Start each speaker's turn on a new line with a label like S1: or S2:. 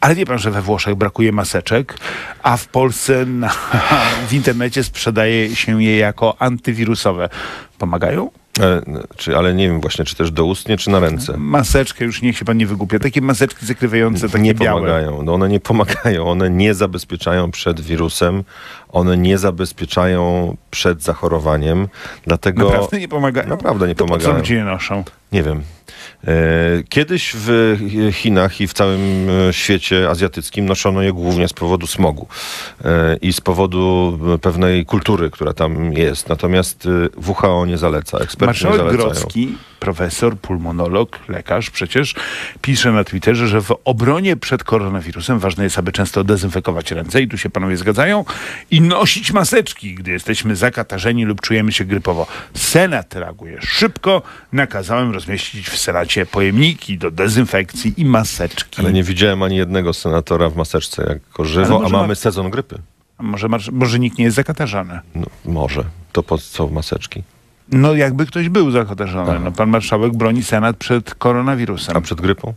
S1: Ale wie pan, że we Włoszech brakuje maseczek, a w Polsce na, w internecie sprzedaje się je jako antywirusowe. Pomagają?
S2: E, n- czy, ale nie wiem właśnie, czy też doustnie, czy na ręce.
S1: Maseczkę już niech się pan nie wygłupia. Takie maseczki zakrywające, takie
S2: nie
S1: białe.
S2: pomagają. No one nie pomagają. One nie zabezpieczają przed wirusem. One nie zabezpieczają przed zachorowaniem. Dlatego
S1: Naprawdę nie pomagają.
S2: Naprawdę nie
S1: to Po co
S2: pomagają.
S1: ludzie je noszą?
S2: Nie wiem. E, Kiedyś w Chinach i w całym e, świecie azjatyckim noszono je głównie z powodu smogu e, i z powodu e, pewnej kultury, która tam jest. Natomiast e, WHO nie zaleca, eksperci nie
S1: Marszałek
S2: zalecają.
S1: Grodzki, profesor, pulmonolog, lekarz przecież, pisze na Twitterze, że w obronie przed koronawirusem ważne jest, aby często dezynfekować ręce, i tu się panowie zgadzają, i nosić maseczki, gdy jesteśmy zakatarzeni lub czujemy się grypowo. Senat reaguje szybko, nakazałem rozmieścić w Senacie pojemniki do dezynfekcji i maseczki.
S2: Ale nie widziałem ani jednego senatora w maseczce jako żywo,
S1: może
S2: a mamy
S1: ma-
S2: sezon grypy.
S1: A Może, marsz- może nikt nie jest zakatarzany.
S2: No, może. To po co maseczki?
S1: No jakby ktoś był zakatarzony. No, pan marszałek broni Senat przed koronawirusem.
S2: A przed grypą?